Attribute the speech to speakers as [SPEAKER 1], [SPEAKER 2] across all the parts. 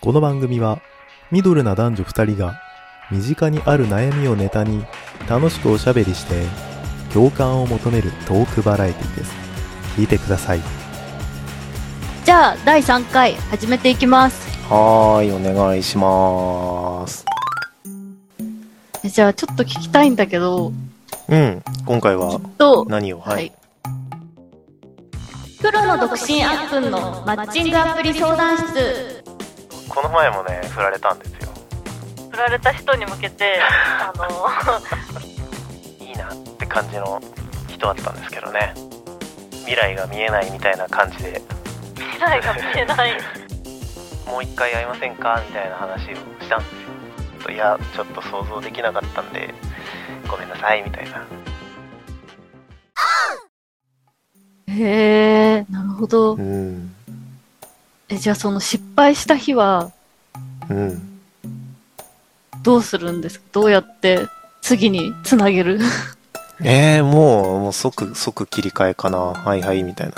[SPEAKER 1] この番組はミドルな男女2人が身近にある悩みをネタに楽しくおしゃべりして共感を求めるトークバラエティです聞いてください
[SPEAKER 2] じゃあ第3回始めていきます
[SPEAKER 1] はーいお願いします
[SPEAKER 2] じゃあちょっと聞きたいんだけど
[SPEAKER 1] うん今回は
[SPEAKER 2] と
[SPEAKER 1] 何をはい、
[SPEAKER 2] 黒の独身あっくんのマッチングアプリ相談室
[SPEAKER 1] この前もね振られたんですよ
[SPEAKER 2] 振られた人に向けてあの
[SPEAKER 1] いいなって感じの人だったんですけどね未来が見えないみたいな感じで
[SPEAKER 2] 未来が見えない
[SPEAKER 1] もう一回会いませんかみたいな話をしたんですよいやちょっと想像できなかったんでごめんなさいみたいな
[SPEAKER 2] へえなるほど
[SPEAKER 1] うん
[SPEAKER 2] えじゃあその失敗した日は
[SPEAKER 1] うん
[SPEAKER 2] どうするんですかどうやって次につなげる
[SPEAKER 1] えー、もうもう即即切り替えかなはいはいみたいな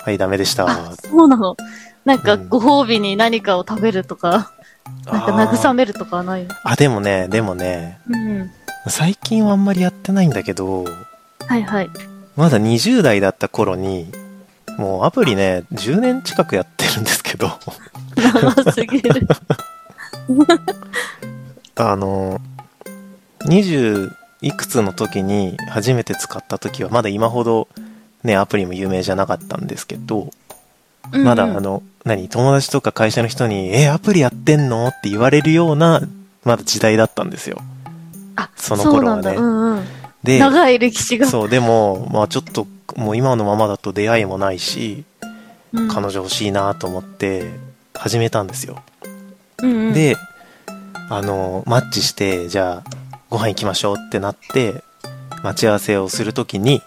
[SPEAKER 1] はいダメでした
[SPEAKER 2] あそうなのなんか
[SPEAKER 1] うん
[SPEAKER 2] ご褒美に何かを食べるとか、なんか
[SPEAKER 1] あ
[SPEAKER 2] 慰
[SPEAKER 1] ー
[SPEAKER 2] めるとかはないの
[SPEAKER 1] あでもねでもね
[SPEAKER 2] うん
[SPEAKER 1] 最近はあんまりやってないんだけど
[SPEAKER 2] はいはい
[SPEAKER 1] まだ20代だった頃にもうアプリね10年近くやってるんですけど
[SPEAKER 2] 長すぎる
[SPEAKER 1] あの20いくつの時に初めて使った時はまだ今ほどねアプリも有名じゃなかったんですけど まだ
[SPEAKER 2] うんうん
[SPEAKER 1] あの何友達とか会社の人に「えアプリやってんの?」って言われるようなまだ時代だったんですよ
[SPEAKER 2] あ
[SPEAKER 1] その頃はね
[SPEAKER 2] そうなんだ、うんうん、
[SPEAKER 1] で
[SPEAKER 2] 長い歴史が、
[SPEAKER 1] そうでもまあちょっともう今のままだと出会いもないし
[SPEAKER 2] うん
[SPEAKER 1] 彼女欲しいなと思って始めたんですよ
[SPEAKER 2] うんうん、
[SPEAKER 1] であのマッチしてじゃあご飯行きましょうってなって待ち合わせをするときに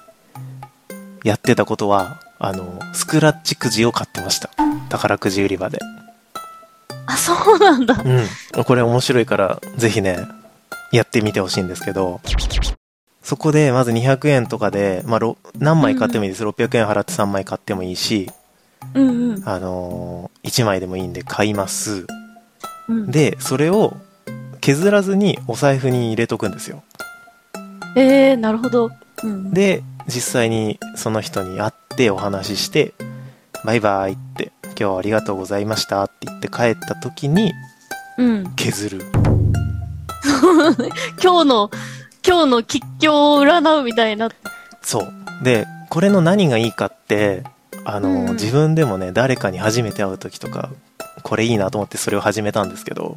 [SPEAKER 1] やってたことはあのスクラッチくじを買ってました宝くじ売り場で
[SPEAKER 2] あそうなんだ
[SPEAKER 1] うんこれ面白いからぜひねやってみてほしいんですけどそこでまず200円とかで、まあ、ろ何枚買ってもいいです、600円払って3枚買ってもいいし、
[SPEAKER 2] うんうん
[SPEAKER 1] あの1枚でもいいんで買います、
[SPEAKER 2] うん
[SPEAKER 1] でそれを削らずにお財布に入れとくんですよ
[SPEAKER 2] えー、なるほど、うん、
[SPEAKER 1] で実際にその人に会ってお話しして「バイバイ」って「今日はありがとうございました」って言って帰った時に
[SPEAKER 2] うん、
[SPEAKER 1] 削る
[SPEAKER 2] 今日の今日の吉況を占うみたいな
[SPEAKER 1] そうでこれの何がいいかってあの、
[SPEAKER 2] うん
[SPEAKER 1] 自分でもね誰かに初めて会う時とかこれいいなと思ってそれを始めたんですけど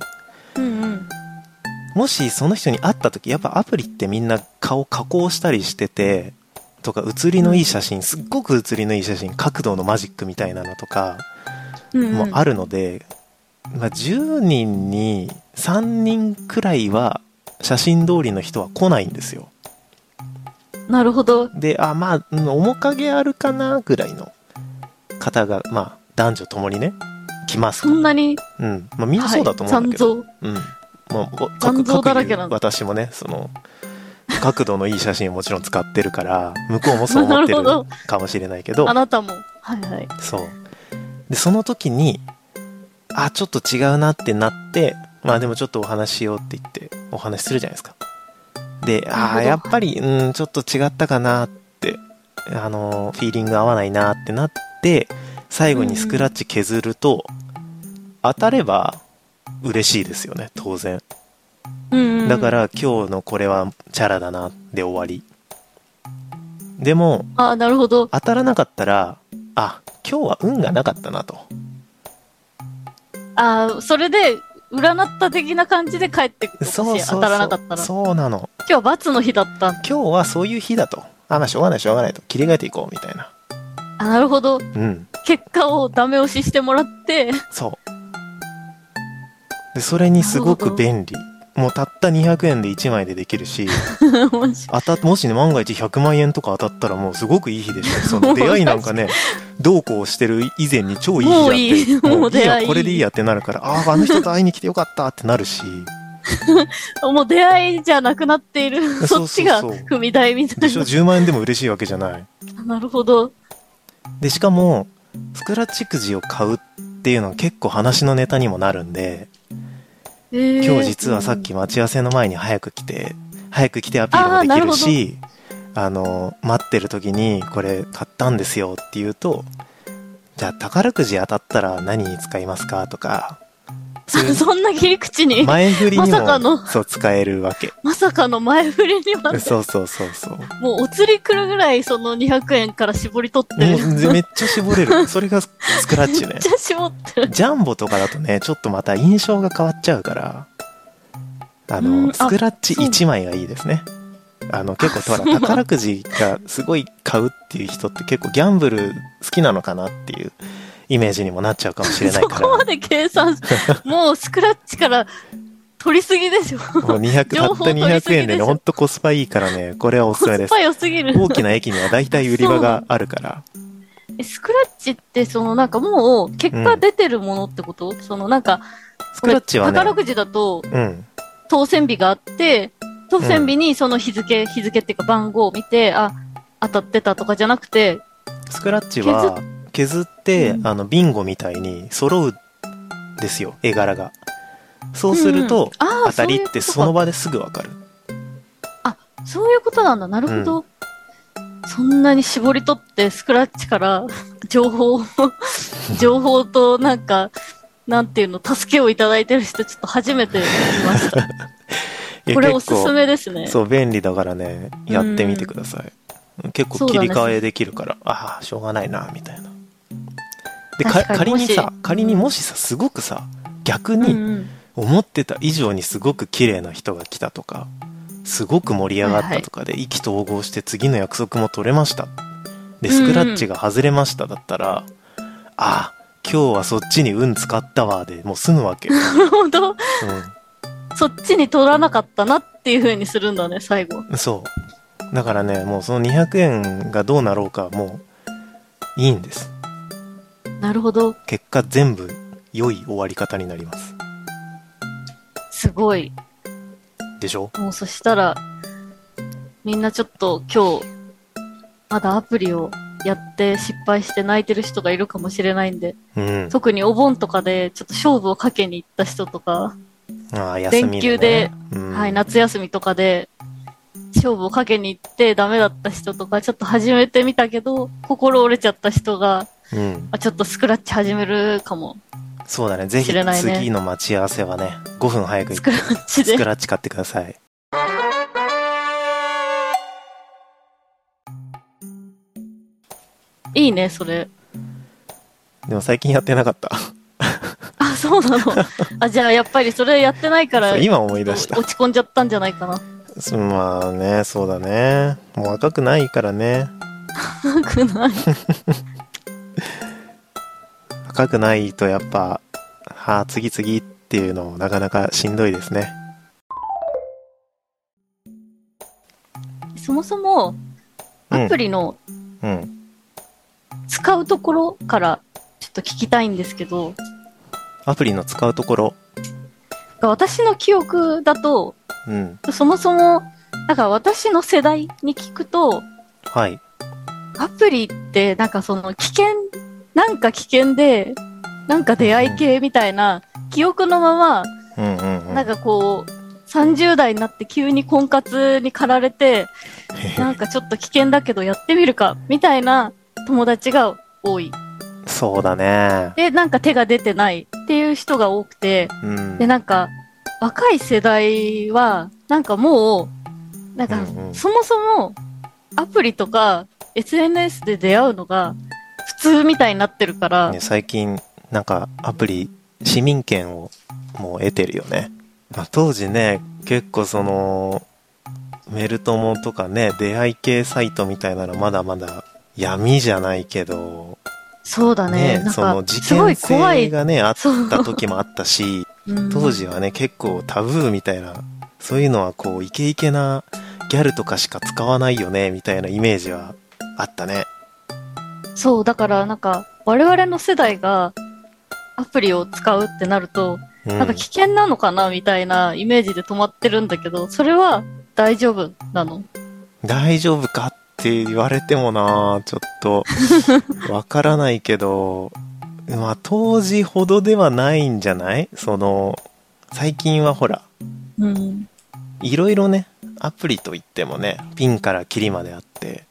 [SPEAKER 2] うんうん
[SPEAKER 1] もしその人に会った時やっぱアプリってみんな顔加工したりしててとか写りのいい写真すっごく写りのいい写真角度のマジックみたいなのとか
[SPEAKER 2] うん
[SPEAKER 1] も
[SPEAKER 2] うん
[SPEAKER 1] あるので、まあ、10人に3人くらいは写真通りの人は来ないんですよ
[SPEAKER 2] なるほど
[SPEAKER 1] であまあうん面影あるかなぐらいの方がまあ男女ともにね来ます
[SPEAKER 2] そんなに
[SPEAKER 1] うんまあ、みんなそうだと思うんだけど、
[SPEAKER 2] はい、残
[SPEAKER 1] うん。もう、
[SPEAKER 2] 残像だらけなんだ
[SPEAKER 1] 私もね、その、角度のいい写真をもちろん使ってるから、向こうもそう思ってる
[SPEAKER 2] なるほど
[SPEAKER 1] かもしれないけど
[SPEAKER 2] 像あ、なたもはいはい
[SPEAKER 1] そう。で、その時に、あ、ちょっと違うなってなって、まあでもちょっとお話ししようって言って、お話しするじゃないですか。で、
[SPEAKER 2] なる
[SPEAKER 1] あ
[SPEAKER 2] ほ
[SPEAKER 1] ー
[SPEAKER 2] ど
[SPEAKER 1] やっぱり、うん、ちょっと違ったかなって、あのー、フィーリング合わないなってなって、最後にスクラッチ削ると、当たれば嬉しいですよね、当然。
[SPEAKER 2] うん、うん、
[SPEAKER 1] だから今日のこれはチャラだなで終わりでも
[SPEAKER 2] あなるほど
[SPEAKER 1] 当たらなかったらあ今日は運がなかったなと
[SPEAKER 2] あそれで占った的な感じで帰ってくる
[SPEAKER 1] そうそうそう
[SPEAKER 2] 当たらなかったら
[SPEAKER 1] そうなの
[SPEAKER 2] 今日は罰の日だった
[SPEAKER 1] 今日はそういう日だとあまあしょうがないしょうがないと切り替えていこうみたいな
[SPEAKER 2] あなるほど
[SPEAKER 1] うん
[SPEAKER 2] 結果をダメ押ししてもらって
[SPEAKER 1] そうでそれにすご
[SPEAKER 2] なる
[SPEAKER 1] く
[SPEAKER 2] ほど
[SPEAKER 1] 便利もうたった200円で1枚でできる し
[SPEAKER 2] 面白い
[SPEAKER 1] 当たもしね万が一100万円とか当たったらもうすごくいい日で しょその出会いなんかねどうこうしてる以前に超いい日だって
[SPEAKER 2] もういいもう
[SPEAKER 1] もういい
[SPEAKER 2] 出
[SPEAKER 1] や
[SPEAKER 2] 会い
[SPEAKER 1] これでいいやってなるからあああの人と会いに来てよかったってなるし
[SPEAKER 2] もう出会いじゃなくなっている。
[SPEAKER 1] そ
[SPEAKER 2] そう
[SPEAKER 1] そ
[SPEAKER 2] っ
[SPEAKER 1] うそう
[SPEAKER 2] ちが踏み台みた
[SPEAKER 1] で
[SPEAKER 2] い
[SPEAKER 1] しょ
[SPEAKER 2] な。
[SPEAKER 1] 10万円でも嬉しいわけじゃない
[SPEAKER 2] なるほど。
[SPEAKER 1] でしかもスクラッチくじを買うっっていうのは結構話のネタにもなるんで、今日実はさっき待ち合わせの前に早く来て、早く来てアピールもできるし、あの、待ってる時にこれ買ったんですよって言うと、じゃあ宝くじ当たったら何に使いますかとか、そういう
[SPEAKER 2] そん な切り口に、
[SPEAKER 1] 前振りに
[SPEAKER 2] まさか
[SPEAKER 1] も
[SPEAKER 2] の
[SPEAKER 1] そう使えるわけ。
[SPEAKER 2] まさかの前振りにまで、
[SPEAKER 1] そうそうそうそう。
[SPEAKER 2] もうお釣り来るぐらいその200円から絞り取って
[SPEAKER 1] も
[SPEAKER 2] る。
[SPEAKER 1] うでめっちゃ絞れる。それがスクラッチ
[SPEAKER 2] め
[SPEAKER 1] ね
[SPEAKER 2] っ。ちゃ絞ってる。
[SPEAKER 1] ジャンボとかだとね、ちょっとまた印象が変わっちゃうから、あの、
[SPEAKER 2] うんあ
[SPEAKER 1] スクラッチ
[SPEAKER 2] そう
[SPEAKER 1] 1枚がいいですね。あの、結構、ほら、宝くじがすごい買うっていう人って結構ギャンブル好きなのかなっていうイメージにもなっちゃうかもしれない
[SPEAKER 2] そ
[SPEAKER 1] から、
[SPEAKER 2] こまで計 算し、もうスクラッチから取りすぎでしょ。
[SPEAKER 1] もう200、た
[SPEAKER 2] 情
[SPEAKER 1] っ
[SPEAKER 2] 報
[SPEAKER 1] た
[SPEAKER 2] 取りすぎ
[SPEAKER 1] 200
[SPEAKER 2] でしょ
[SPEAKER 1] 円でね、ほんとコスパいいからね、これはおすす
[SPEAKER 2] コ
[SPEAKER 1] めで
[SPEAKER 2] ス
[SPEAKER 1] す
[SPEAKER 2] パ。良すぎる。
[SPEAKER 1] 大きな駅には大体売り場があるから、
[SPEAKER 2] えスクラッチって、そのなんかもう結果出てるものってこと、そのなんか、
[SPEAKER 1] スクラッチは
[SPEAKER 2] これ宝
[SPEAKER 1] ね、
[SPEAKER 2] くじだと
[SPEAKER 1] うん、
[SPEAKER 2] 当選日があって、当選日にその日付、日付っていうか番号を見て、あ、当たってたとかじゃなくて、
[SPEAKER 1] スクラッチは削って、
[SPEAKER 2] うん
[SPEAKER 1] あのビンゴみたいに揃うんですよ絵柄がそうすると、
[SPEAKER 2] うんあー
[SPEAKER 1] 当たりってその
[SPEAKER 2] そういうことか
[SPEAKER 1] 場ですぐわかる
[SPEAKER 2] そういうことなんだ。なるほど。そんなに絞り取って、スクラッチから 情報 を、情報となんか、なんていうの、助けをいただいてる人、ちょっと初めて見ました。
[SPEAKER 1] いや
[SPEAKER 2] これお
[SPEAKER 1] 結
[SPEAKER 2] す
[SPEAKER 1] 構
[SPEAKER 2] すめですね。
[SPEAKER 1] そう便利だからねやってみてください、結構
[SPEAKER 2] そう
[SPEAKER 1] 切
[SPEAKER 2] だね
[SPEAKER 1] り替えできるから、ああしょうがないなみたいなでか
[SPEAKER 2] 確かに
[SPEAKER 1] 仮にさ
[SPEAKER 2] もし
[SPEAKER 1] 仮にもしさすごくさ逆
[SPEAKER 2] うんう
[SPEAKER 1] に
[SPEAKER 2] ん。
[SPEAKER 1] 思ってた以上にすごく綺麗な人が来たとかすごく盛り上がったとかで意気投合して次の約束も取れましたで
[SPEAKER 2] うんうん
[SPEAKER 1] スクラッチが外れましただったら、ああ今日はそっちに運使ったわでもう済むわけ、うん、
[SPEAKER 2] なるほど。そっちに取らなかったなっていう風にするんだね、最後。
[SPEAKER 1] そうだからねもうその200円がどうなろうかはもういいんです
[SPEAKER 2] なるほど。
[SPEAKER 1] 結果全部良い終わり方になります
[SPEAKER 2] すごい。
[SPEAKER 1] でしょ
[SPEAKER 2] もうそしたら、みんなちょっと今日、まだアプリをやって失敗して泣いてる人がいるかもしれないんで、
[SPEAKER 1] うん
[SPEAKER 2] 特にお盆とかでちょっと勝負をかけに行った人とか、
[SPEAKER 1] ああ休み、ね、
[SPEAKER 2] 連休で、
[SPEAKER 1] うん、
[SPEAKER 2] はい、夏休みとかで、勝負をかけに行ってダメだった人とか、ちょっと始めてみたけど、心折れちゃった人が、
[SPEAKER 1] うん、
[SPEAKER 2] あちょっとスクラッチ始めるかも。
[SPEAKER 1] そうだね。ぜひ
[SPEAKER 2] 知らないね
[SPEAKER 1] 次の待ち合わせはね、5分早く
[SPEAKER 2] ス
[SPEAKER 1] 行
[SPEAKER 2] ク
[SPEAKER 1] っ
[SPEAKER 2] ラッ
[SPEAKER 1] ス
[SPEAKER 2] チで
[SPEAKER 1] ク。ラッチ買ってください。
[SPEAKER 2] いいね、それ。
[SPEAKER 1] でも最近やってなかった。
[SPEAKER 2] あ、そうなの。あ、じゃあやっぱりそれやってないから、
[SPEAKER 1] そう今思い出し
[SPEAKER 2] 落
[SPEAKER 1] た。
[SPEAKER 2] ち込んじゃったんじゃないかな。
[SPEAKER 1] そうまあね、そうだね。もう若くないからね。
[SPEAKER 2] なくない。
[SPEAKER 1] 若くないとやっぱ、はあ、次々っていうのもなかなかしんどいですね。
[SPEAKER 2] そもそも、
[SPEAKER 1] うん
[SPEAKER 2] アプリの
[SPEAKER 1] うん。
[SPEAKER 2] 使うところから、ちょっと聞きたいんですけど、
[SPEAKER 1] アプリの使うところ。
[SPEAKER 2] 私の記憶だと、
[SPEAKER 1] うん。
[SPEAKER 2] そもそも、なんか私の世代に聞くと、
[SPEAKER 1] はい。
[SPEAKER 2] アプリってなんかその危険、なんか危険で、なんか出会い系みたいな、記憶のまま、
[SPEAKER 1] うんうんうん。
[SPEAKER 2] なんかこう、30代になって急に婚活に駆られて、なんかちょっと危険だけどやってみるか、みたいな友達が多い。
[SPEAKER 1] そうだね。
[SPEAKER 2] で、なんか手が出てないっていう人が多くて、
[SPEAKER 1] うん。
[SPEAKER 2] で、なんか、若い世代は、なんかもう、なんか
[SPEAKER 1] うんう、ん
[SPEAKER 2] そもそも、アプリとか、SNS で出会うのが、普通みたいになってるから
[SPEAKER 1] ね、最近、なんかアプリ、市民権をもう得てるよね。まあ、当時ね、結構その、メルトモとかね、出会い系サイトみたいなのまだまだ闇じゃないけど、
[SPEAKER 2] そうだね。
[SPEAKER 1] ね、
[SPEAKER 2] なん
[SPEAKER 1] その
[SPEAKER 2] か、
[SPEAKER 1] 事
[SPEAKER 2] すご
[SPEAKER 1] 件
[SPEAKER 2] い怖
[SPEAKER 1] 性
[SPEAKER 2] い。
[SPEAKER 1] がね、あっ
[SPEAKER 2] そう
[SPEAKER 1] た時もあったし、
[SPEAKER 2] うん
[SPEAKER 1] 当時はね、結構タブーみたいな、そういうのはこう、イケイケなギャルとかしか使わないよね、みたいなイメージはあったね。
[SPEAKER 2] そう、だからなんか、我々の世代がアプリを使うってなると、
[SPEAKER 1] うん
[SPEAKER 2] なんか危険なのかなみたいなイメージで止まってるんだけど、それは大丈夫なの
[SPEAKER 1] 大丈夫かって言われてもなちょっとわからないけどまあ当時ほどではないんじゃないその、最近はほら、
[SPEAKER 2] うん。
[SPEAKER 1] いろいろね、アプリといってもね、ピンからキリまであって、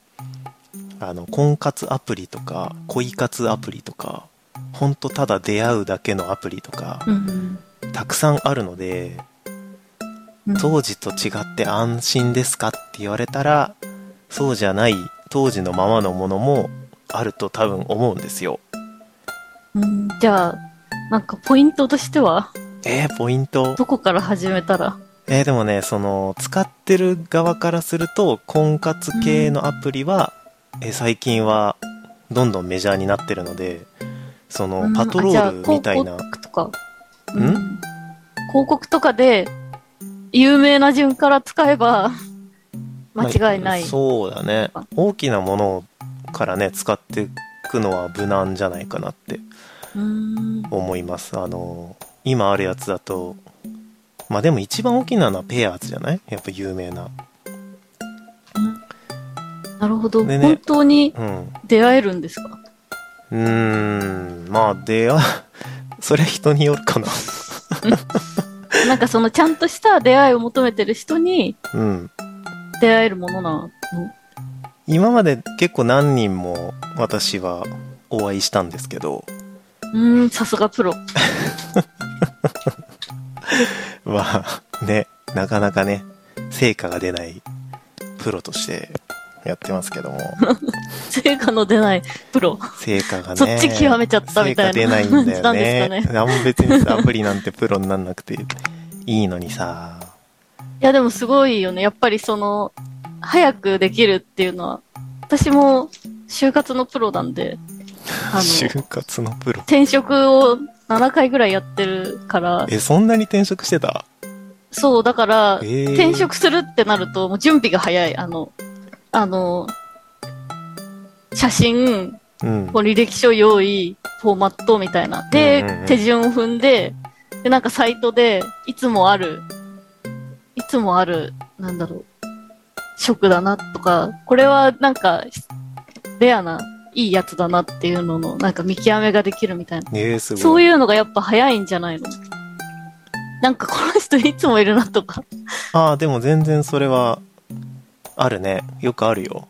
[SPEAKER 1] あの、婚活アプリとか、恋活アプリとか、ほんとただ出会うだけのアプリとか、
[SPEAKER 2] うん。
[SPEAKER 1] たくさんあるので、
[SPEAKER 2] うん
[SPEAKER 1] 当時と違って安心ですかって言われたら、そうじゃない当時のままのものもあると多分思うんですよ。
[SPEAKER 2] うん。じゃあ、なんかポイントとしては、
[SPEAKER 1] えー、ポイント。
[SPEAKER 2] どこから始めたら
[SPEAKER 1] えーでもね、その、使ってる側からすると、婚活系のアプリは、えー最近は、どんどんメジャーになってるので、その、パトロールみたいな
[SPEAKER 2] うんあじゃあ広、告とか。
[SPEAKER 1] ん
[SPEAKER 2] 広告とかで、有名な順から使 えば、間違いない。
[SPEAKER 1] まあそうだね
[SPEAKER 2] あ。
[SPEAKER 1] 大きなものからね、使っていくのは無難じゃないかなって
[SPEAKER 2] うーん。
[SPEAKER 1] 思います。あの、今あるやつだと、まあでも一番大きなのはペアーズじゃないやっぱ有名な。
[SPEAKER 2] なるほど。
[SPEAKER 1] でね
[SPEAKER 2] 本当に
[SPEAKER 1] うん。
[SPEAKER 2] 出会えるんですか
[SPEAKER 1] うーん、まあ出会、 それは人によるかな。
[SPEAKER 2] なんかそのちゃんとした出会いを求めてる人に
[SPEAKER 1] うん。
[SPEAKER 2] 出会えるものなの。
[SPEAKER 1] 今まで結構何人も私はお会いしたんですけど、
[SPEAKER 2] うーん、さすがプロ。
[SPEAKER 1] まあね、なかなかね、成果が出ないプロとしてやってますけども、
[SPEAKER 2] 成果の出ないプロ。
[SPEAKER 1] 成果がね、
[SPEAKER 2] そっち極めちゃったみたいな
[SPEAKER 1] 成果出ないんだよね。
[SPEAKER 2] 感じなんです
[SPEAKER 1] あんま別にさアプリなんてプロになんなくていいのにさ、
[SPEAKER 2] いや、でもすごいよね。やっぱりその、早くできるっていうのは、私も就活のプロなんで、あの、
[SPEAKER 1] 就活のプロ。
[SPEAKER 2] 転職を7回ぐらいやってるから、
[SPEAKER 1] え、そんなに転職してた
[SPEAKER 2] そう、だから、
[SPEAKER 1] えー
[SPEAKER 2] 転職するってなると、もう準備が早い。あの、あの、写真、
[SPEAKER 1] うん。
[SPEAKER 2] こう履歴書用意、フォーマットみたいな。で、
[SPEAKER 1] うんうんうん
[SPEAKER 2] 手順を踏んで、で、なんかサイトで、いつもある、いつもある、なんだろう、職だなとか、これはなんか、レアな、いいやつだなっていうのの、なんか見極めができるみたいな。
[SPEAKER 1] えー、すごい。
[SPEAKER 2] そういうのがやっぱ早いんじゃないのなんかこの人いつもいるなとか。
[SPEAKER 1] ああ、でも全然それは、あるね。よくあるよ。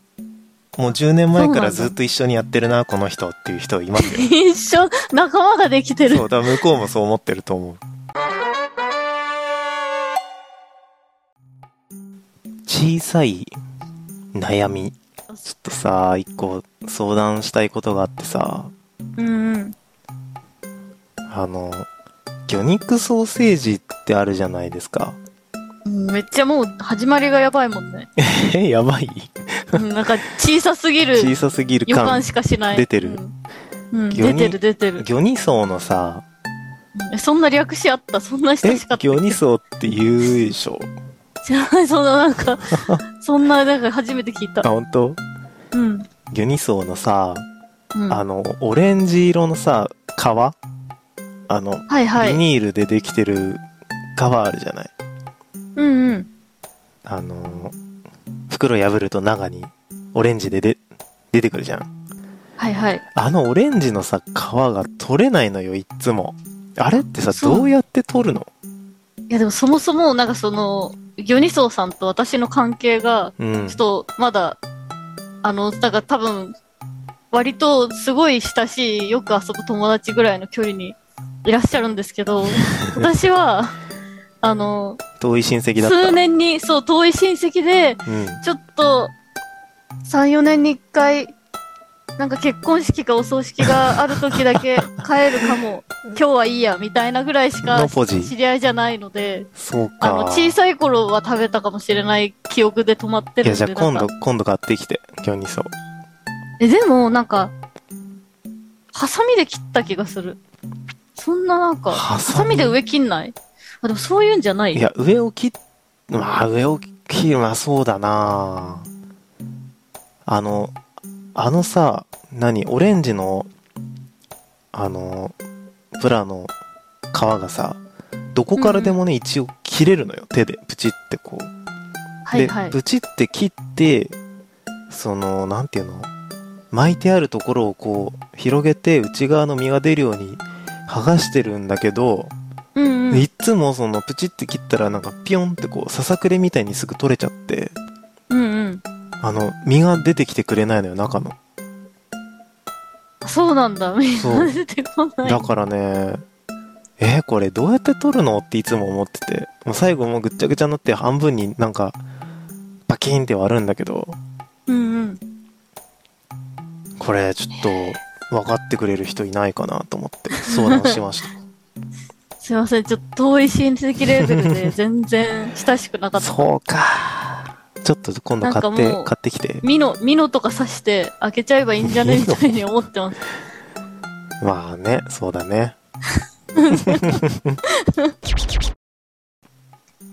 [SPEAKER 1] もう10年前からずっと一緒にやってるな、この人っていう人いますよ。
[SPEAKER 2] 一緒、仲間ができてる
[SPEAKER 1] そ。う、だから向こうもそう思ってると思う。小さい悩み。ちょっとさ、一個相談したいことがあってさ、
[SPEAKER 2] うんうん。
[SPEAKER 1] あの、魚肉ソーセージってあるじゃないですか。
[SPEAKER 2] うんめっちゃもう始まりがやばいもんね。
[SPEAKER 1] え、やばい
[SPEAKER 2] うんなんか小さすぎる
[SPEAKER 1] 小さすぎる
[SPEAKER 2] 予感
[SPEAKER 1] 感。
[SPEAKER 2] しかしない。
[SPEAKER 1] 出てる
[SPEAKER 2] うん。うん、
[SPEAKER 1] 魚
[SPEAKER 2] 出
[SPEAKER 1] に
[SPEAKER 2] てる出てる。
[SPEAKER 1] 魚二層のさ、
[SPEAKER 2] えそんな略しあったそんな親
[SPEAKER 1] え
[SPEAKER 2] しかっ、た
[SPEAKER 1] 魚 二層って言うでしょ。
[SPEAKER 2] 知らない、そんななん か、そんな、なんか初めて聞い
[SPEAKER 1] あ、
[SPEAKER 2] た。
[SPEAKER 1] 本当？
[SPEAKER 2] うん。
[SPEAKER 1] 魚二層のさ、
[SPEAKER 2] うん、
[SPEAKER 1] あの、オレンジ色のさ、皮あの、
[SPEAKER 2] はいは
[SPEAKER 1] ビ
[SPEAKER 2] い。
[SPEAKER 1] ニールでできてる皮あるじゃない。
[SPEAKER 2] うんうん。
[SPEAKER 1] あの、袋破ると中にオレンジでで出てくるじゃん。
[SPEAKER 2] はいはい。
[SPEAKER 1] あのオレンジのさ、皮が取れないのよ、いっつも。あれってさ、
[SPEAKER 2] そう
[SPEAKER 1] どうやって取るの
[SPEAKER 2] いやでもそもそも、なんかその、魚ニソウさんと私の関係が、
[SPEAKER 1] うん
[SPEAKER 2] ちょっ。とまだ、あの、だから多分、割とすごい親しい、よく遊ぶ友達ぐらいの距離にいらっしゃるんですけ ど、私は、あの、
[SPEAKER 1] 遠い親戚だっ
[SPEAKER 2] 数
[SPEAKER 1] た。
[SPEAKER 2] 年に、そう、遠い親戚で、
[SPEAKER 1] うん。
[SPEAKER 2] ちょっと、3、4年に1回、なんか結婚式かお葬式がある時だけ帰るかも、今日はいいや、みたいなぐらいしか
[SPEAKER 1] のポジ
[SPEAKER 2] 知り合いじゃないので、
[SPEAKER 1] そうか。
[SPEAKER 2] あの、小さい頃は食べたかもしれない記憶で止まって
[SPEAKER 1] い
[SPEAKER 2] る
[SPEAKER 1] や、
[SPEAKER 2] んで。
[SPEAKER 1] じゃあ今
[SPEAKER 2] な
[SPEAKER 1] 度
[SPEAKER 2] んか、
[SPEAKER 1] 今度買ってきて、魚二層。
[SPEAKER 2] え、でも、なんか、ハサミで切った気がする。そんななんか、
[SPEAKER 1] ハ
[SPEAKER 2] ハ
[SPEAKER 1] サミ
[SPEAKER 2] サミで上切んないあ、でもそういうんじゃない
[SPEAKER 1] いや、上を切っ、まあ、上を切る、まあ、そうだなあの、あのさ、何、オレンジの、あの、ブラの皮がさ、どこからでもね、一応切れるのよ、手で。プチってこう。
[SPEAKER 2] はいはい
[SPEAKER 1] で、。プチって切って、その、なんていうの巻いてあるところをこう広げて内側の実が出るように剥がしてるんだけど、
[SPEAKER 2] うんうん
[SPEAKER 1] いつもそのプチって切ったらなんかピョンってこうささくれみたいにすぐ取れちゃって
[SPEAKER 2] うんうん
[SPEAKER 1] あの実が出てきてくれないのよ中の
[SPEAKER 2] そうなんだみん
[SPEAKER 1] そ
[SPEAKER 2] な
[SPEAKER 1] う
[SPEAKER 2] 出てこない
[SPEAKER 1] だからねえーこれどうやって取るのっていつも思っててもう最後もうぐっちゃぐちゃになって半分になんかパキーンって割るんだけど
[SPEAKER 2] うんうん
[SPEAKER 1] これちょっと分かってくれる人いないかなと思っ て相談しました
[SPEAKER 2] すいませんちょっと遠い親戚レベ ルで全然親しくなかった
[SPEAKER 1] そうか。ちょっと今度買って、
[SPEAKER 2] なんかもう
[SPEAKER 1] 買ってきて。
[SPEAKER 2] ミノ、ミノとか刺して開けちゃえばいいんじゃねみたいに思ってます。
[SPEAKER 1] まあね、そうだね。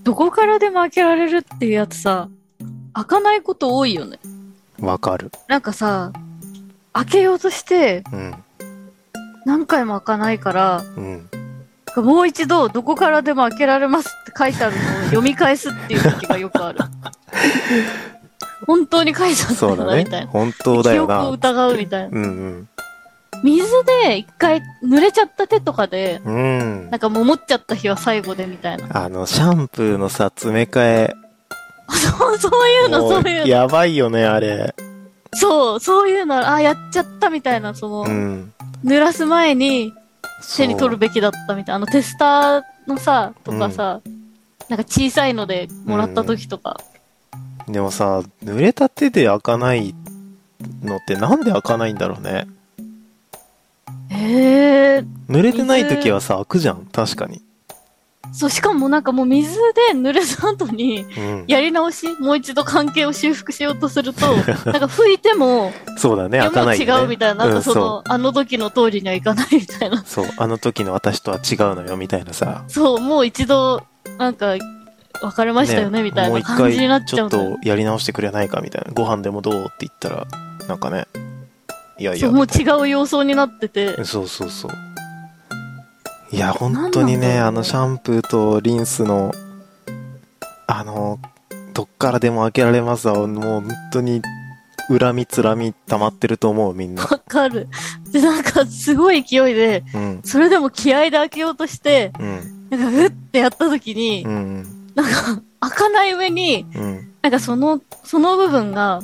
[SPEAKER 2] どこからでも開けられるっていうやつさ、開かないこと多いよね。
[SPEAKER 1] わかる。
[SPEAKER 2] なんかさ、開けようとして
[SPEAKER 1] うん。
[SPEAKER 2] 何回も開かないから、
[SPEAKER 1] うん。
[SPEAKER 2] もう一度どこからでも開けられますって書いてあるのを読み返すっていう時がよく ある。本当に書いてあった
[SPEAKER 1] そうん
[SPEAKER 2] だ
[SPEAKER 1] だ
[SPEAKER 2] なみたい
[SPEAKER 1] ね。
[SPEAKER 2] な。
[SPEAKER 1] 本当だ
[SPEAKER 2] 記
[SPEAKER 1] よ
[SPEAKER 2] 憶を
[SPEAKER 1] な。
[SPEAKER 2] 疑うみたいな。
[SPEAKER 1] うん
[SPEAKER 2] 水で一回濡れちゃった手とかで、
[SPEAKER 1] うん。うん
[SPEAKER 2] な。んかもう持っちゃった日は最後でみたいな。
[SPEAKER 1] あの、シャンプーのさ、詰め替え。
[SPEAKER 2] そうそういうの、
[SPEAKER 1] も
[SPEAKER 2] そうういうの。
[SPEAKER 1] やばいよね、あれ。
[SPEAKER 2] そう、そういうの、あ、やっちゃったみたいな、その、
[SPEAKER 1] うん。
[SPEAKER 2] 濡らす前に
[SPEAKER 1] そう
[SPEAKER 2] 手に取るべきだったみたいな、あのテスターのさ、とかさ、なんか小さいのでもらった時とか、
[SPEAKER 1] でもさ、濡れた手で開かないのってなんで開かないんだろうね。
[SPEAKER 2] えー、
[SPEAKER 1] 濡れてない時はさ、開くじゃん。確かに。
[SPEAKER 2] そう、しかもなんかもう水で濡れた後に、
[SPEAKER 1] うん。
[SPEAKER 2] やり直し、もう一度関係を修復しようとする と、なんか拭いても、
[SPEAKER 1] そうだね、開
[SPEAKER 2] 読
[SPEAKER 1] か
[SPEAKER 2] み
[SPEAKER 1] な
[SPEAKER 2] はい
[SPEAKER 1] よね。
[SPEAKER 2] 違うみたいな、なん
[SPEAKER 1] う
[SPEAKER 2] か
[SPEAKER 1] ん
[SPEAKER 2] その、あの時の通りにはいかないみたいな。
[SPEAKER 1] そう、あの時の私とは違うのよ、みたいなさ。
[SPEAKER 2] そう、もう一度、なんか、別れましたよね、みたい
[SPEAKER 1] もう
[SPEAKER 2] な
[SPEAKER 1] 一
[SPEAKER 2] 感じになっ
[SPEAKER 1] 回、
[SPEAKER 2] ち
[SPEAKER 1] ち
[SPEAKER 2] ゃ
[SPEAKER 1] ょっ
[SPEAKER 2] うんだよね
[SPEAKER 1] とやり直してくれないか、みたいな。ご飯でもどうって言ったら、なんかね、いやい
[SPEAKER 2] そ
[SPEAKER 1] や
[SPEAKER 2] う、。もう違う様相になってて、
[SPEAKER 1] そうそうそう。いや、本当にね、あ
[SPEAKER 2] なんなんだろう
[SPEAKER 1] のシャンプーとリンスの、あの、どっからでも開けられますわ。もう本当に、恨みつらみ溜まってると思う、みん な。
[SPEAKER 2] わかる。で、なんか、すごい勢いで、
[SPEAKER 1] うん。
[SPEAKER 2] それでも気合で開けようとして、
[SPEAKER 1] うん。
[SPEAKER 2] なんか、ふってやった時に
[SPEAKER 1] う、ん。
[SPEAKER 2] 開かない上に、
[SPEAKER 1] うん。
[SPEAKER 2] なんかその、その部分が、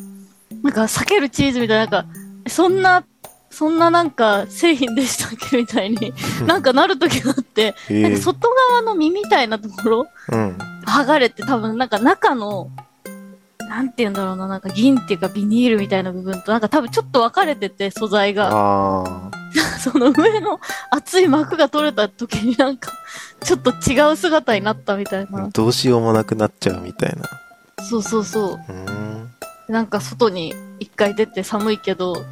[SPEAKER 2] なんか、裂けるチーズみたいな、なんか、そんな、そんななんか、製品でしたっけみたいに、 なん
[SPEAKER 1] か、
[SPEAKER 2] かなる時があって、
[SPEAKER 1] え
[SPEAKER 2] なんか外側の実みたいなところ、
[SPEAKER 1] うん。
[SPEAKER 2] 剥がれて、多分なんか中の、なんて言うんだろうな、なんか銀っていうかビニールみたいな部分と、なんか多分ちょっと分かれてて、素材が。
[SPEAKER 1] あ
[SPEAKER 2] その上の厚い膜が取れた時になんか、ちょっと違う姿になったみたい
[SPEAKER 1] あ
[SPEAKER 2] な。。
[SPEAKER 1] どうしようもなくなっちゃうみたいな。
[SPEAKER 2] そうそうそう
[SPEAKER 1] ーん。
[SPEAKER 2] う。なんか外に一回出て寒いけど、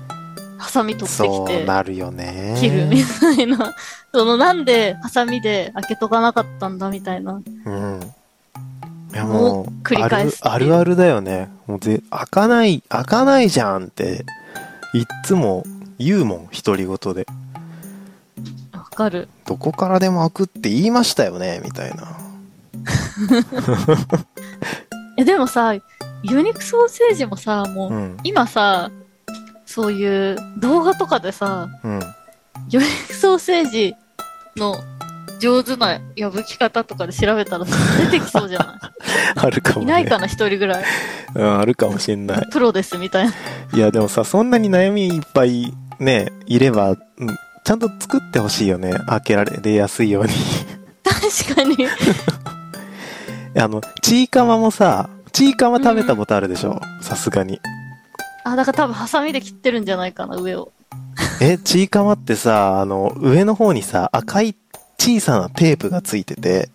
[SPEAKER 2] ハサミ取ってき
[SPEAKER 1] そう
[SPEAKER 2] て、
[SPEAKER 1] なるよね
[SPEAKER 2] 切るみたいな。そのなんでハサミで開けとかなかったんだみたいな。
[SPEAKER 1] うんいや
[SPEAKER 2] も
[SPEAKER 1] も
[SPEAKER 2] う
[SPEAKER 1] う
[SPEAKER 2] 繰り返すっていう
[SPEAKER 1] あるあるあるだよねもうぜ開かない開かないじゃんっていっつも言うもん独り言で
[SPEAKER 2] わかる。
[SPEAKER 1] どこからでも開くって言いましたよねみたいな
[SPEAKER 2] え、でもさ、魚肉ソーセージもさ、もう、
[SPEAKER 1] うん
[SPEAKER 2] 今さ、そういう動画とかでさ、
[SPEAKER 1] うん
[SPEAKER 2] 魚肉ソーセージの上手な破き方とかで調べたらさ出てきそうじゃ な
[SPEAKER 1] あるかも、
[SPEAKER 2] い
[SPEAKER 1] ね、
[SPEAKER 2] いないかな、一人ぐらい。
[SPEAKER 1] うんあるかもしんない
[SPEAKER 2] プロです、みたいな。
[SPEAKER 1] いやでもさそんなに悩みいっぱいねいれば、うんちゃんと作ってほしいよね開けられやすいように
[SPEAKER 2] 確かに。
[SPEAKER 1] あのちいかまもさちいかま食べたことあるでしょさすがに
[SPEAKER 2] あ、だから多分、ハサミで切ってるんじゃないかな、上を。
[SPEAKER 1] え、ちいかまってさ、あの、上の方にさ、赤い小さなテープがついてて、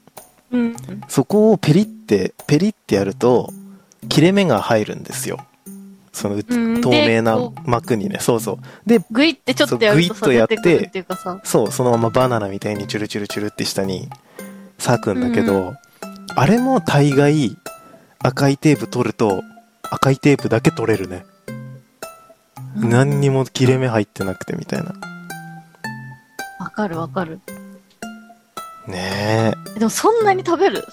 [SPEAKER 2] うん。
[SPEAKER 1] そこをペリって、ペリってやると、切れ目が入るんですよ。その、
[SPEAKER 2] うん、
[SPEAKER 1] 透
[SPEAKER 2] で
[SPEAKER 1] 明な
[SPEAKER 2] こう
[SPEAKER 1] 膜にね、そうそう。で、
[SPEAKER 2] グイってちょっとやるとさ、
[SPEAKER 1] そうグイ
[SPEAKER 2] 出
[SPEAKER 1] ッと
[SPEAKER 2] て
[SPEAKER 1] やっ
[SPEAKER 2] く
[SPEAKER 1] て
[SPEAKER 2] るっていうかさ。
[SPEAKER 1] そう、そのままバナナみたいにチュルチュルチュルって下に裂くんだけど、あれも大概、赤いテープ取ると、赤いテープだけ取れるね。
[SPEAKER 2] うん
[SPEAKER 1] 何にも切れ目入ってなくてみたいな。
[SPEAKER 2] わかるわかる。
[SPEAKER 1] ねえ。
[SPEAKER 2] でも、そんなに食べる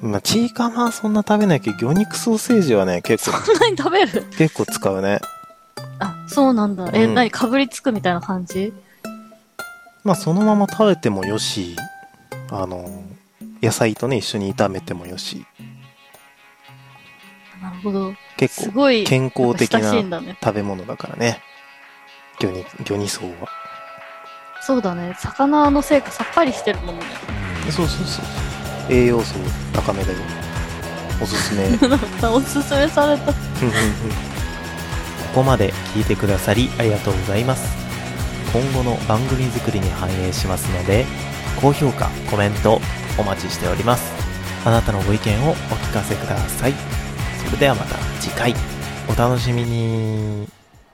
[SPEAKER 1] まあ、チーカマはそんな 食べないけど、魚肉ソーセージはね、結構、
[SPEAKER 2] そんなに食べる
[SPEAKER 1] 結構使うね。
[SPEAKER 2] あ、そうなんだ。え、
[SPEAKER 1] うん
[SPEAKER 2] 何かぶりつくみたいな感じ
[SPEAKER 1] まあそのまま食べてもよしあの野菜とね一緒に炒めてもよし
[SPEAKER 2] なるほど。
[SPEAKER 1] 結
[SPEAKER 2] す
[SPEAKER 1] 構
[SPEAKER 2] ごい、
[SPEAKER 1] 健康的
[SPEAKER 2] なんか親しいん
[SPEAKER 1] な
[SPEAKER 2] だね。
[SPEAKER 1] 食べ物だからね魚肉魚肉層は
[SPEAKER 2] そうだね。魚のせいかさっぱりしてるもんね。
[SPEAKER 1] そうそうそう栄養素高めだよおすすめうんうんうん
[SPEAKER 2] なんかおすすめされた。
[SPEAKER 3] ここまで聞いてくださりありがとうございます今後の番組作りに反映しますので高評価コメントお待ちしておりますあなたのご意見をお聞かせくださいそれではまた次回お楽しみに